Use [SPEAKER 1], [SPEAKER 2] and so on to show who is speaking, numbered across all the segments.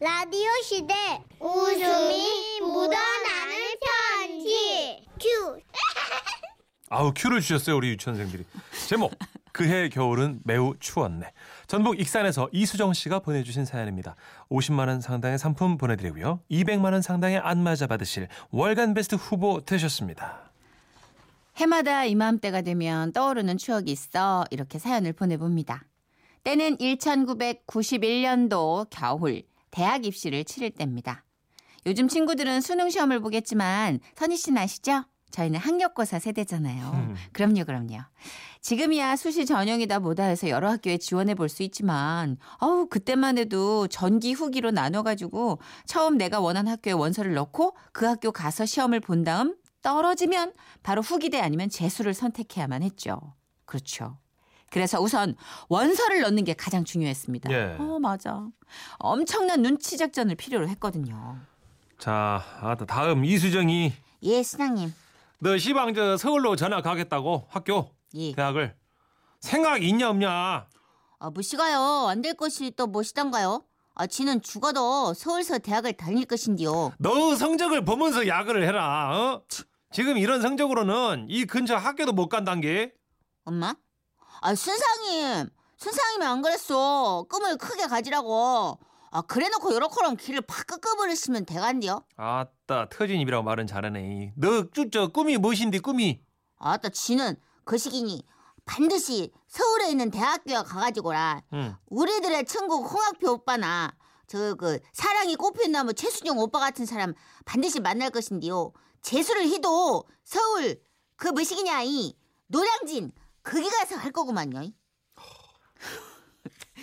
[SPEAKER 1] 라디오 시대 웃음이 묻어나는 편지 큐
[SPEAKER 2] 아우 큐를 주셨어요 우리 유치원생들이 제목 그해 겨울은 매우 추웠네 전북 익산에서 이수정 씨가 보내주신 사연입니다 50만 원 상당의 상품 보내드리고요 200만 원 상당의 안마자 받으실 월간 베스트 후보 되셨습니다
[SPEAKER 3] 해마다 이맘때가 되면 떠오르는 추억이 있어 이렇게 사연을 보내봅니다. 때는 1991년도 겨울 대학 입시를 치를 때입니다. 요즘 친구들은 수능 시험을 보겠지만 선희 씨는 아시죠? 저희는 학력고사 세대잖아요.
[SPEAKER 2] 음.
[SPEAKER 3] 그럼요, 그럼요. 지금이야 수시 전형이다 뭐다 해서 여러 학교에 지원해 볼 수 있지만 어우 그때만 해도 전기 후기로 나눠 가지고 처음 내가 원한 학교에 원서를 넣고 그 학교 가서 시험을 본 다음 떨어지면 바로 후기대 아니면 재수를 선택해야만 했죠. 그렇죠. 그래서 우선 원서를 넣는 게 가장 중요했습니다.
[SPEAKER 2] 예.
[SPEAKER 3] 어, 맞아. 엄청난 눈치 작전을 필요로 했거든요.
[SPEAKER 2] 자 아, 다음 이수정이
[SPEAKER 3] 예, 수장님.
[SPEAKER 2] 너 시방 저 서울로 전학 가겠다고 학교
[SPEAKER 3] 예.
[SPEAKER 2] 대학을 생각 있냐 없냐
[SPEAKER 3] 아, 무시가요. 안 될 것이 또 무시던가요? 아, 지는 죽어도 서울서 대학을 다닐 것인디요.
[SPEAKER 2] 너 성적을 보면서 야근을 해라 어? 지금 이런 성적으로는 이 근처 학교도 못 간단 게
[SPEAKER 3] 엄마? 아, 순상님. 순상님이 안 그랬어. 꿈을 크게 가지라고. 아, 그래 놓고 요렇게럼 길을 팍 끄끄버리시면 대간디요.
[SPEAKER 2] 아따 터진 입이라고 말은 잘하네. 너쭈저 꿈이 무엇인데 꿈이?
[SPEAKER 3] 아따, 지는 그 시기니 반드시 서울에 있는 대학교에 가가지고라.
[SPEAKER 2] 응.
[SPEAKER 3] 우리들의 천국 홍학표 오빠나 저 그 사랑이 꽃핀 나무 최수정 오빠 같은 사람 반드시 만날 것인데요. 재수를 해도 서울 그 뭐시기냐 이 노량진 거기 가서 할 거구만요.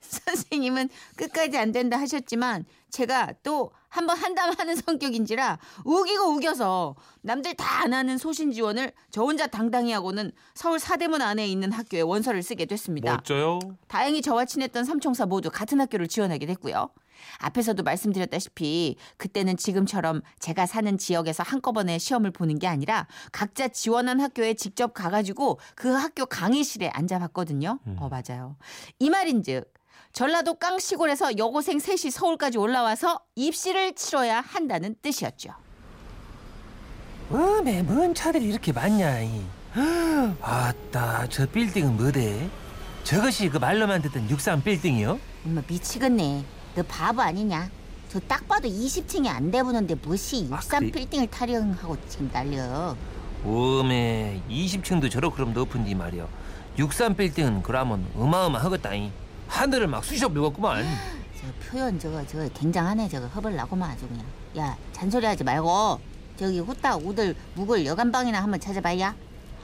[SPEAKER 3] 선생님은 끝까지 안 된다 하셨지만 제가 또 한번 한담 하는 성격인지라 우기고 우겨서 남들 다 안 하는 소신 지원을 저 혼자 당당히 하고는 서울 사대문 안에 있는 학교에 원서를 쓰게 됐습니다.
[SPEAKER 2] 멋져요.
[SPEAKER 3] 다행히 저와 친했던 삼총사 모두 같은 학교를 지원하게 됐고요. 앞에서도 말씀드렸다시피 그때는 지금처럼 제가 사는 지역에서 한꺼번에 시험을 보는 게 아니라 각자 지원한 학교에 직접 가가지고 그 학교 강의실에 앉아봤거든요. 어 맞아요. 이 말인즉 전라도 깡 시골에서 여고생 셋이 서울까지 올라와서 입시를 치러야 한다는 뜻이었죠.
[SPEAKER 2] 음에 뭔 차들이 이렇게 많냐? 이. 아따 저 빌딩은 뭐대? 저것이 그 말로만 듣던 63 빌딩이요?
[SPEAKER 3] 엄마 미치겠네. 너 바보 아니냐? 저 딱 봐도 20층이 안 돼보는데 무시
[SPEAKER 2] 아, 63 그래?
[SPEAKER 3] 빌딩을 타령하고 지금 난리야.
[SPEAKER 2] 음에 20층도 저렇게 그럼 높은지 말이요. 63 빌딩은 그러면 어마어마하겠다이. 하늘을 막 쑤셔 밀었구만.
[SPEAKER 3] 저 표현 저거 저거 굉장하네 저거 허벌나고만 아주 그냥 야 잔소리하지 말고 저기 후딱 우들 묵을 여간방이나 한번 찾아봐야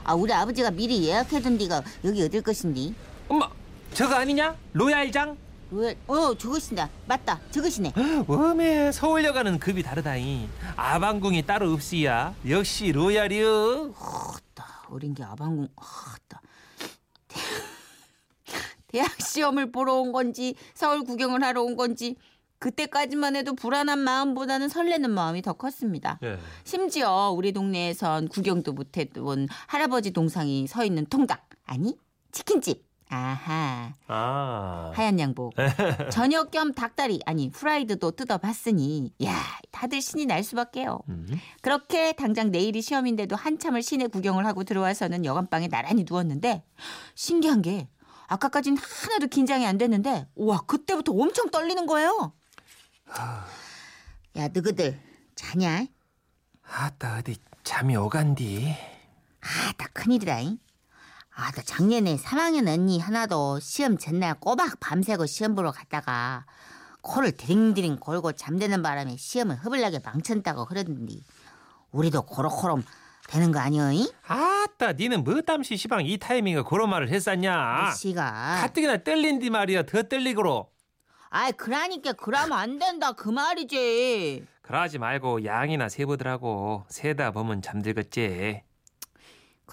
[SPEAKER 3] 아 우리 아버지가 미리 예약해둔 데가 여기 어딜 것인디
[SPEAKER 2] 엄마 저거 아니냐? 로얄장?
[SPEAKER 3] 왜어 저것이다 맞다 저것이네
[SPEAKER 2] 웜에 서울여가는 급이 다르다잉 아방궁이 따로 없이야 역시 로얄이여
[SPEAKER 3] 아따 어린 게 아방궁 아따 대- 대학 시험을 보러 온 건지 서울 구경을 하러 온 건지 그때까지만 해도 불안한 마음보다는 설레는 마음이 더 컸습니다. 심지어 우리 동네에선 구경도 못해본 할아버지 동상이 서 있는 통닭 아니 치킨집 아하
[SPEAKER 2] 아
[SPEAKER 3] 하얀 양복 저녁 겸 닭다리 아니 후라이드도 뜯어봤으니 야 다들 신이 날 수밖에요
[SPEAKER 2] 음.
[SPEAKER 3] 그렇게 당장 내일이 시험인데도 한참을 시내 구경을 하고 들어와서는 여간방에 나란히 누웠는데 신기한 게 아까까진 하나도 긴장이 안 됐는데 와 그때부터 엄청 떨리는 거예요 야 너희들 자냐
[SPEAKER 2] 아따 어디 잠이 오간디
[SPEAKER 3] 아따 큰일이다잉. 아따 작년에 3학년 언니 하나도 시험 전날 꼬박 밤새고 시험 보러 갔다가 코를 드링드링 골고 잠드는 바람에 시험을 허블나게 망쳤다고 그러던디. 우리도 고로코롬 되는 거 아니오잉?
[SPEAKER 2] 아따 니는 뭐땀시 시방 이 타이밍에 그런 말을 했었냐
[SPEAKER 3] 씨가.
[SPEAKER 2] 가뜩이나 떨린디 말이야 더 떨리고로
[SPEAKER 3] 아이 그러니까 그러면 안 된다 그 말이지.
[SPEAKER 2] 그러지 말고 양이나 세보더라고 세다 보면 잠들겠지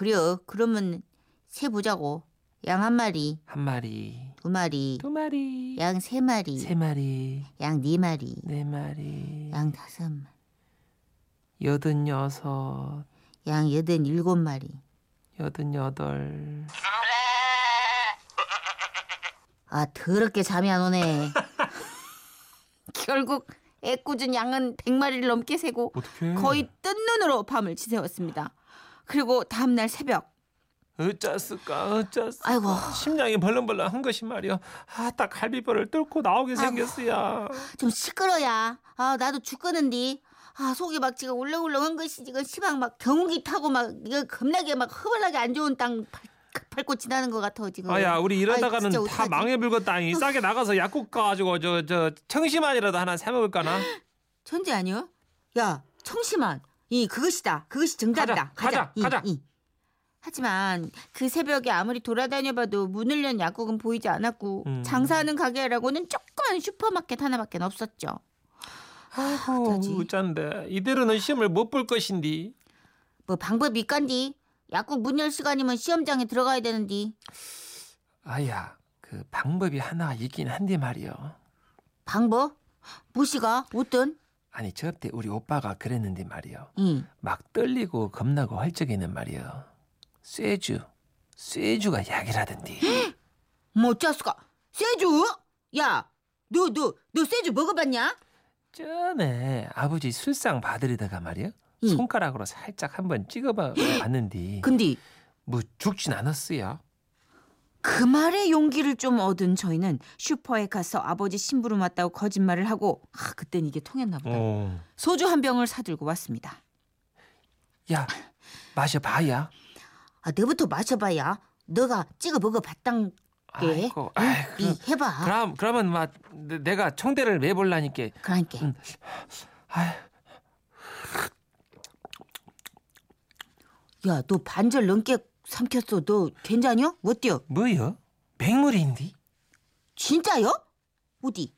[SPEAKER 3] 그래요. 그러면 세 보자고. 양 한 마리,
[SPEAKER 2] 한 마리
[SPEAKER 3] 두 마리,
[SPEAKER 2] 두 마리
[SPEAKER 3] 양 세 마리,
[SPEAKER 2] 세 마리
[SPEAKER 3] 양 네 마리,
[SPEAKER 2] 네 마리
[SPEAKER 3] 양 다섯 마리,
[SPEAKER 2] 여든 여섯
[SPEAKER 3] 양 여든 일곱 마리.
[SPEAKER 2] 여든 여덟
[SPEAKER 3] 아 더럽게 잠이 안 오네. 결국 애꿎은 양은 100마리를 넘게 세고
[SPEAKER 2] 어떻게?
[SPEAKER 3] 거의 뜬 눈으로 밤을 지새웠습니다. 그리고 다음 날 새벽
[SPEAKER 2] 어쩌스까 어쩌스.
[SPEAKER 3] 아이고.
[SPEAKER 2] 심장이 벌렁벌렁 한 것이 말이야. 아딱 갈비뼈를 뚫고 나오게 생겼어야.
[SPEAKER 3] 좀 시끄러야. 아 나도 죽겠는디. 아 속이 막 지금 울렁울렁한 것이 지금 시방 막 경운기 타고 막 이거 겁나게 막 허벌나게 안 좋은 땅그 밟- 밟고 지나는 것 같아 지금.
[SPEAKER 2] 아야 우리 이러다가는
[SPEAKER 3] 네. 아이, 진짜
[SPEAKER 2] 다
[SPEAKER 3] 어떡하지? 아.
[SPEAKER 2] 망해 불겠다니. 싸게 나가서 약국 가가지고 저 저 청심환이라도 하나 사 먹을까나.
[SPEAKER 3] 천재 아니요? 야, 청심환. 이 그것이다. 그것이 정답이다.
[SPEAKER 2] 가자,
[SPEAKER 3] 이,
[SPEAKER 2] 가자.
[SPEAKER 3] 이. 하지만 그 새벽에 아무리 돌아다녀봐도 문을 연 약국은 보이지 않았고
[SPEAKER 2] 음.
[SPEAKER 3] 장사하는 가게라고는 조그만 슈퍼마켓 하나밖에 없었죠.
[SPEAKER 2] 아이고
[SPEAKER 3] 어쩌지?
[SPEAKER 2] 어쩐데 이대로는 시험을 못 볼 것인디.
[SPEAKER 3] 뭐 방법이 있간디? 약국 문 열 시간이면 시험장에 들어가야 되는디.
[SPEAKER 2] 아야 그 방법이 하나 있긴 한데 말이요.
[SPEAKER 3] 방법? 무시가? 어떤?
[SPEAKER 2] 아니 저때 우리 오빠가 그랬는데 말이요.
[SPEAKER 3] 응.
[SPEAKER 2] 막 떨리고 겁나고 헐쩍이는 말이요. 쇠주 쇠주가 약이라던디.
[SPEAKER 3] 뭐 짜수가? 쇠주? 야, 너 너 너 쇠주 먹어봤냐?
[SPEAKER 2] 전에 아버지 술상 봐드리다가 말이요.
[SPEAKER 3] 응. 그
[SPEAKER 2] 손가락으로 살짝 한번 찍어봐 봤는데
[SPEAKER 3] 근데
[SPEAKER 2] 뭐 죽진 않았어요.
[SPEAKER 3] 그 말에 용기를 좀 얻은 저희는 슈퍼에 가서 아버지 심부름 왔다고 거짓말을 하고 아 그땐 이게 통했나
[SPEAKER 2] 어.
[SPEAKER 3] 보다. 소주 한 병을 사들고 왔습니다.
[SPEAKER 2] 야 마셔봐야.
[SPEAKER 3] 아 너부터 마셔봐야. 너가 찍어 먹어봤단 예.
[SPEAKER 2] 아이고 아이고.
[SPEAKER 3] 이 해봐.
[SPEAKER 2] 그럼 그러면 막 내- 내가 청대를 매볼라니까
[SPEAKER 3] 그러니까
[SPEAKER 2] 음. 아휴,
[SPEAKER 3] 야 너 반절 넘게 삼켰어. 너 괜찮여? 어때요?
[SPEAKER 2] 뭐요? 맹물인디?
[SPEAKER 3] 진짜요? 어디?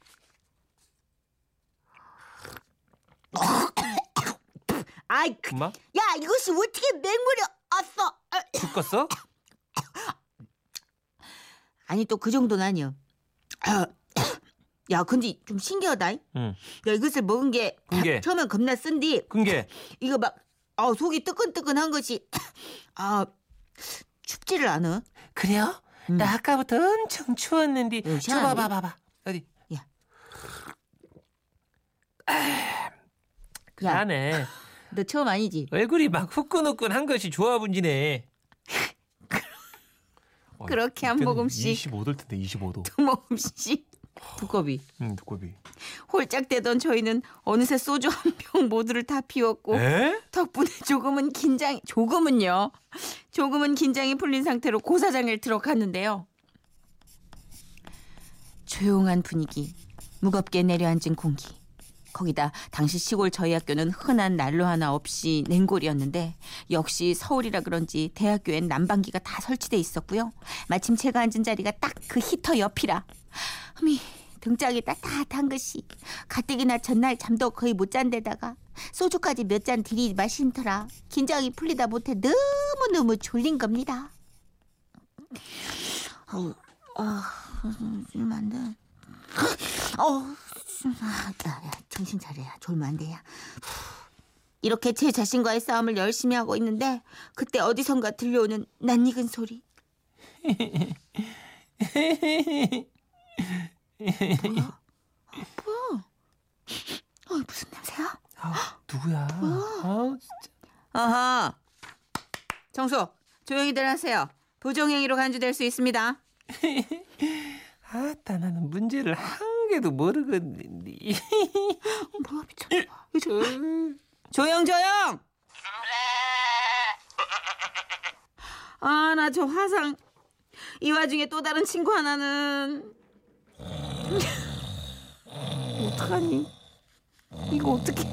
[SPEAKER 3] 아이, 그-
[SPEAKER 2] 엄마
[SPEAKER 3] 야 이것이 어떻게 맹물이 왔어? 아,
[SPEAKER 2] 죽었어?
[SPEAKER 3] 아니 또 그 정도는 아니요. 야 근데 좀 신기하다. 야
[SPEAKER 2] 응.
[SPEAKER 3] 이것을 먹은 게
[SPEAKER 2] 그게?
[SPEAKER 3] 처음엔 겁나 쓴디
[SPEAKER 2] 근게
[SPEAKER 3] 이거 막 아, 속이 뜨끈뜨끈한 것이 아 춥지를 않아.
[SPEAKER 2] 그래요?
[SPEAKER 3] 음.
[SPEAKER 2] 나 아까부터 엄청 추웠는데
[SPEAKER 3] 응,
[SPEAKER 2] 저 봐봐 봐봐 어디
[SPEAKER 3] 야,
[SPEAKER 2] 나네
[SPEAKER 3] 너 처음 아니지?
[SPEAKER 2] 얼굴이 막 후끈후끈한 것이 좋아 분지네
[SPEAKER 3] 그렇게 한 모금씩.
[SPEAKER 2] 25도일 텐데 25도
[SPEAKER 3] 틈없이 그 두꺼비
[SPEAKER 2] 응 두꺼비
[SPEAKER 3] 홀짝대던 저희는 어느새 소주 한 병 모두를 다 비웠고
[SPEAKER 2] 에?
[SPEAKER 3] 덕분에 조금은 긴장 조금은요 조금은 긴장이 풀린 상태로 고사장을 들어갔는데요 조용한 분위기 무겁게 내려앉은 공기 거기다 당시 시골 저희 학교는 흔한 난로 하나 없이 냉골이었는데 역시 서울이라 그런지 대학교엔 난방기가 다 설치돼 있었고요 마침 제가 앉은 자리가 딱 그 히터 옆이라 흠이 등짝이 따뜻한 것이 가뜩이나 전날 잠도 거의 못 잔 데다가 소주까지 몇 잔 들이 마신 터라 긴장이 풀리다 못해 너무너무 졸린 겁니다. 어, 어, 졸면 안 돼. 어, 아, 야, 야, 정신 차려야 졸면 안 돼야. 이렇게 제 자신과의 싸움을 열심히 하고 있는데 그때 어디선가 들려오는 낯익은 소리. 어, 무슨 냄새야?
[SPEAKER 2] 아, 누구야 아, 진짜.
[SPEAKER 3] 아하. 정수, 조용히들 하세요. 부정행위로 간주될 수 있습니다.
[SPEAKER 2] 아따 나는 문제를 한 개도 모르겠는데
[SPEAKER 3] 어, 뭐야 미쳤나 봐. 예. 조용 조용. 아 나 저 화상. 이 와중에 또 다른 친구 하나는 어떡하니? 이거 어떻게?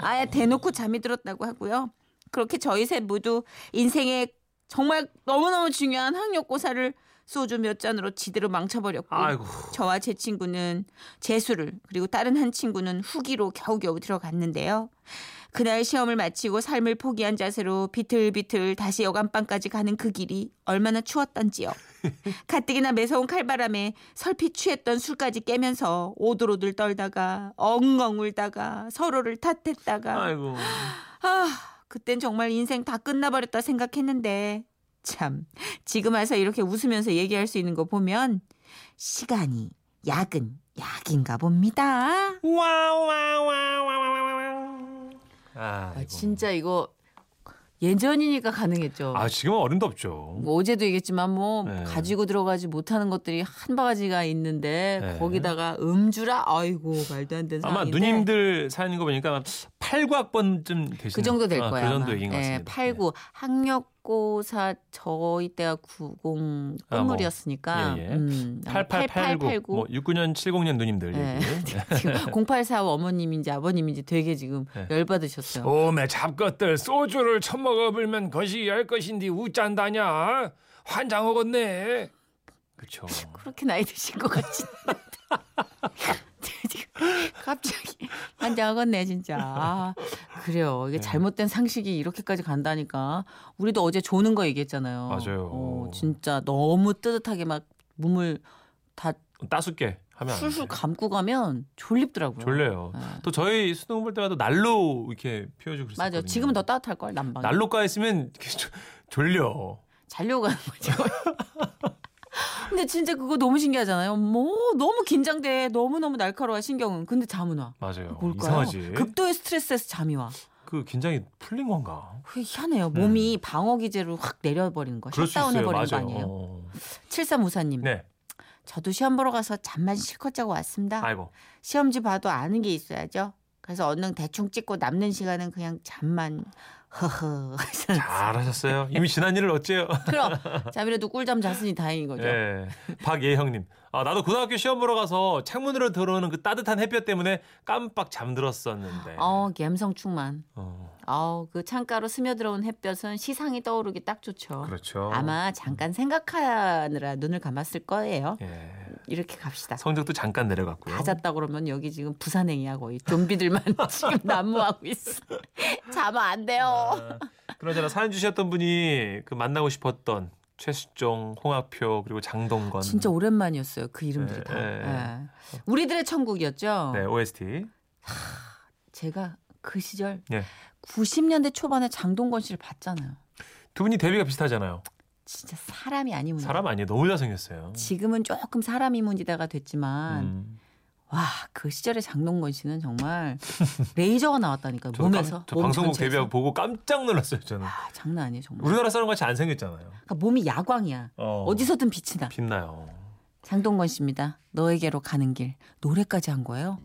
[SPEAKER 3] 아예 대놓고 잠이 들었다고 하고요. 그렇게 저희 셋 모두 인생에 정말 너무너무 중요한 학력고사를 소주 몇 잔으로 지대로 망쳐버렸고
[SPEAKER 2] 아이고
[SPEAKER 3] 저와 제 친구는 재수를 그리고 다른 한 친구는 후기로 겨우겨우 들어갔는데요. 그날 시험을 마치고 삶을 포기한 자세로 비틀비틀 다시 여간방까지 가는 그 길이 얼마나 추웠던지요. 가뜩이나 매서운 칼바람에 설핏 취했던 술까지 깨면서 오들오들 떨다가 엉엉 울다가 서로를 탓했다가
[SPEAKER 2] 아이고
[SPEAKER 3] 아, 그땐 정말 인생 다 끝나버렸다 생각했는데 참 지금 와서 이렇게 웃으면서 얘기할 수 있는 거 보면 시간이, 약은,
[SPEAKER 4] 약인가 봅니다.
[SPEAKER 2] 와와와와와와. 아,
[SPEAKER 3] 아,
[SPEAKER 2] 이거.
[SPEAKER 3] 진짜 이거 예전이니까 가능했죠.
[SPEAKER 2] 아 지금은 어림도 없죠.
[SPEAKER 3] 뭐 어제도 얘기했지만 뭐
[SPEAKER 2] 네.
[SPEAKER 3] 가지고 들어가지 못하는 것들이 한 바가지가 있는데
[SPEAKER 2] 네.
[SPEAKER 3] 거기다가 음주라 아이고 말도 안 되는
[SPEAKER 2] 아마
[SPEAKER 3] 상황인데
[SPEAKER 2] 누님들 사연인 거 보니까 8, 9학번쯤 계시는
[SPEAKER 3] 그 정도 될
[SPEAKER 2] 아,
[SPEAKER 3] 거예요.
[SPEAKER 2] 그 정도
[SPEAKER 3] 아마.
[SPEAKER 2] 얘기인 것
[SPEAKER 3] 예,
[SPEAKER 2] 같습니다. 네.
[SPEAKER 3] 팔구 학력고사 저희 때가 90
[SPEAKER 2] 아, 뭐.
[SPEAKER 3] 끝물이었으니까
[SPEAKER 2] 예, 예.
[SPEAKER 3] 음,
[SPEAKER 2] 8889, 뭐 69년 70년 누님들
[SPEAKER 3] 네.
[SPEAKER 2] 얘기.
[SPEAKER 3] 지금 0845 어머님인지 아버님인지 되게 지금
[SPEAKER 2] 네.
[SPEAKER 3] 열받으셨어요.
[SPEAKER 2] 오메 잡것들 소주를 처먹어불면 것이 열 것인데 우짠다냐 환장 먹었네 그쵸
[SPEAKER 3] 그렇게 나이 드신 것 같지. 갑자기 환장하겠네 진짜. 아, 그래요. 이게
[SPEAKER 2] 네.
[SPEAKER 3] 잘못된 상식이 이렇게까지 간다니까. 우리도 어제 조는 거 얘기했잖아요.
[SPEAKER 2] 맞아요.
[SPEAKER 3] 어, 진짜 너무 뜨뜻하게 막 몸을 다
[SPEAKER 2] 따숩게 하면 안
[SPEAKER 3] 술술
[SPEAKER 2] 돼.
[SPEAKER 3] 감고 가면 졸립더라고요.
[SPEAKER 2] 졸려요
[SPEAKER 3] 아,
[SPEAKER 2] 또 저희 수능 볼 때마다 날로 이렇게 피워주고 그랬어요
[SPEAKER 3] 맞아. 지금은 더 따뜻할 걸 난방.
[SPEAKER 2] 날로 가 있으면 이렇게 조- 졸려
[SPEAKER 3] 아, 자려고 하는 거지. 거의. 근데 진짜 그거 너무 신기하잖아요. 뭐 너무 긴장돼. 너무너무 날카로워 신경은. 근데 잠은 와.
[SPEAKER 2] 맞아요
[SPEAKER 3] 뭘까요? 그
[SPEAKER 2] 이상하지
[SPEAKER 3] 극도의 스트레스에서 잠이 와.
[SPEAKER 2] 그 긴장이 풀린 건가
[SPEAKER 3] 그게 희한해요. 몸이 방어 기제로 확 내려버리는
[SPEAKER 2] 음.
[SPEAKER 3] 거.
[SPEAKER 2] 그럴 수 있어요
[SPEAKER 3] 셧다운해버리는 거
[SPEAKER 2] 맞아요
[SPEAKER 3] 아니에요?
[SPEAKER 2] 어.
[SPEAKER 3] 7354님.
[SPEAKER 2] 네
[SPEAKER 4] 저도 시험 보러 가서 잠만 실컷 자고 왔습니다.
[SPEAKER 2] 아이고
[SPEAKER 4] 시험지 봐도 아는 게 있어야죠. 그래서 얼른 대충 찍고 남는 시간은 그냥 잠만 허허.
[SPEAKER 2] 잘하셨어요 이미 지난 일을 어째요
[SPEAKER 3] 그럼 잠이라도 꿀잠 잤으니 다행인 거죠.
[SPEAKER 2] 예. 박예형님. 아, 나도 고등학교 시험 보러 가서 창문으로 들어오는 그 따뜻한 햇볕 때문에 깜빡 잠들었었는데.
[SPEAKER 3] 어, 감성 충만.
[SPEAKER 2] 어,
[SPEAKER 3] 어, 그 창가로 스며들어온 햇볕은 시상이 떠오르기 딱 좋죠.
[SPEAKER 2] 그렇죠.
[SPEAKER 3] 아마 잠깐 생각하느라 눈을 감았을 거예요.
[SPEAKER 2] 예.
[SPEAKER 3] 이렇게 갑시다.
[SPEAKER 2] 성적도 잠깐 내려갔고요.
[SPEAKER 3] 다 잤다 그러면 여기 지금 부산행이야 거의 좀비들만 지금 난무하고 있어. 자면 안 돼요.
[SPEAKER 2] 아, 그러잖아 사연 주셨던 분이 그 만나고 싶었던 최수종, 홍학표 그리고 장동건.
[SPEAKER 3] 진짜 오랜만이었어요 그 이름들이
[SPEAKER 2] 예,
[SPEAKER 3] 다.
[SPEAKER 2] 예,
[SPEAKER 3] 예. 우리들의 천국이었죠.
[SPEAKER 2] 네 OST.
[SPEAKER 3] 제가 그 시절
[SPEAKER 2] 예.
[SPEAKER 3] 90년대 초반에 장동건 씨를 봤잖아요.
[SPEAKER 2] 두 분이 데뷔가 비슷하잖아요.
[SPEAKER 3] 진짜 사람이 아니면
[SPEAKER 2] 사람 아니에요. 너무 잘생겼어요.
[SPEAKER 3] 지금은 조금 사람이 문제다가 됐지만
[SPEAKER 2] 음.
[SPEAKER 3] 와 그 시절의 장동건 씨는 정말 레이저가 나왔다니까
[SPEAKER 2] 저도
[SPEAKER 3] 몸에서
[SPEAKER 2] 깜- 저
[SPEAKER 3] 몸
[SPEAKER 2] 방송국
[SPEAKER 3] 전체에서.
[SPEAKER 2] 데뷔하고 보고 깜짝 놀랐어요 저는.
[SPEAKER 3] 아, 장난 아니에요 정말.
[SPEAKER 2] 우리나라 사람 같이 안 생겼잖아요.
[SPEAKER 3] 그러니까 몸이 야광이야.
[SPEAKER 2] 어.
[SPEAKER 3] 어디서든 빛이 나.
[SPEAKER 2] 빛나요.
[SPEAKER 3] 장동건 씨입니다. 너에게로 가는 길 노래까지 한 거예요.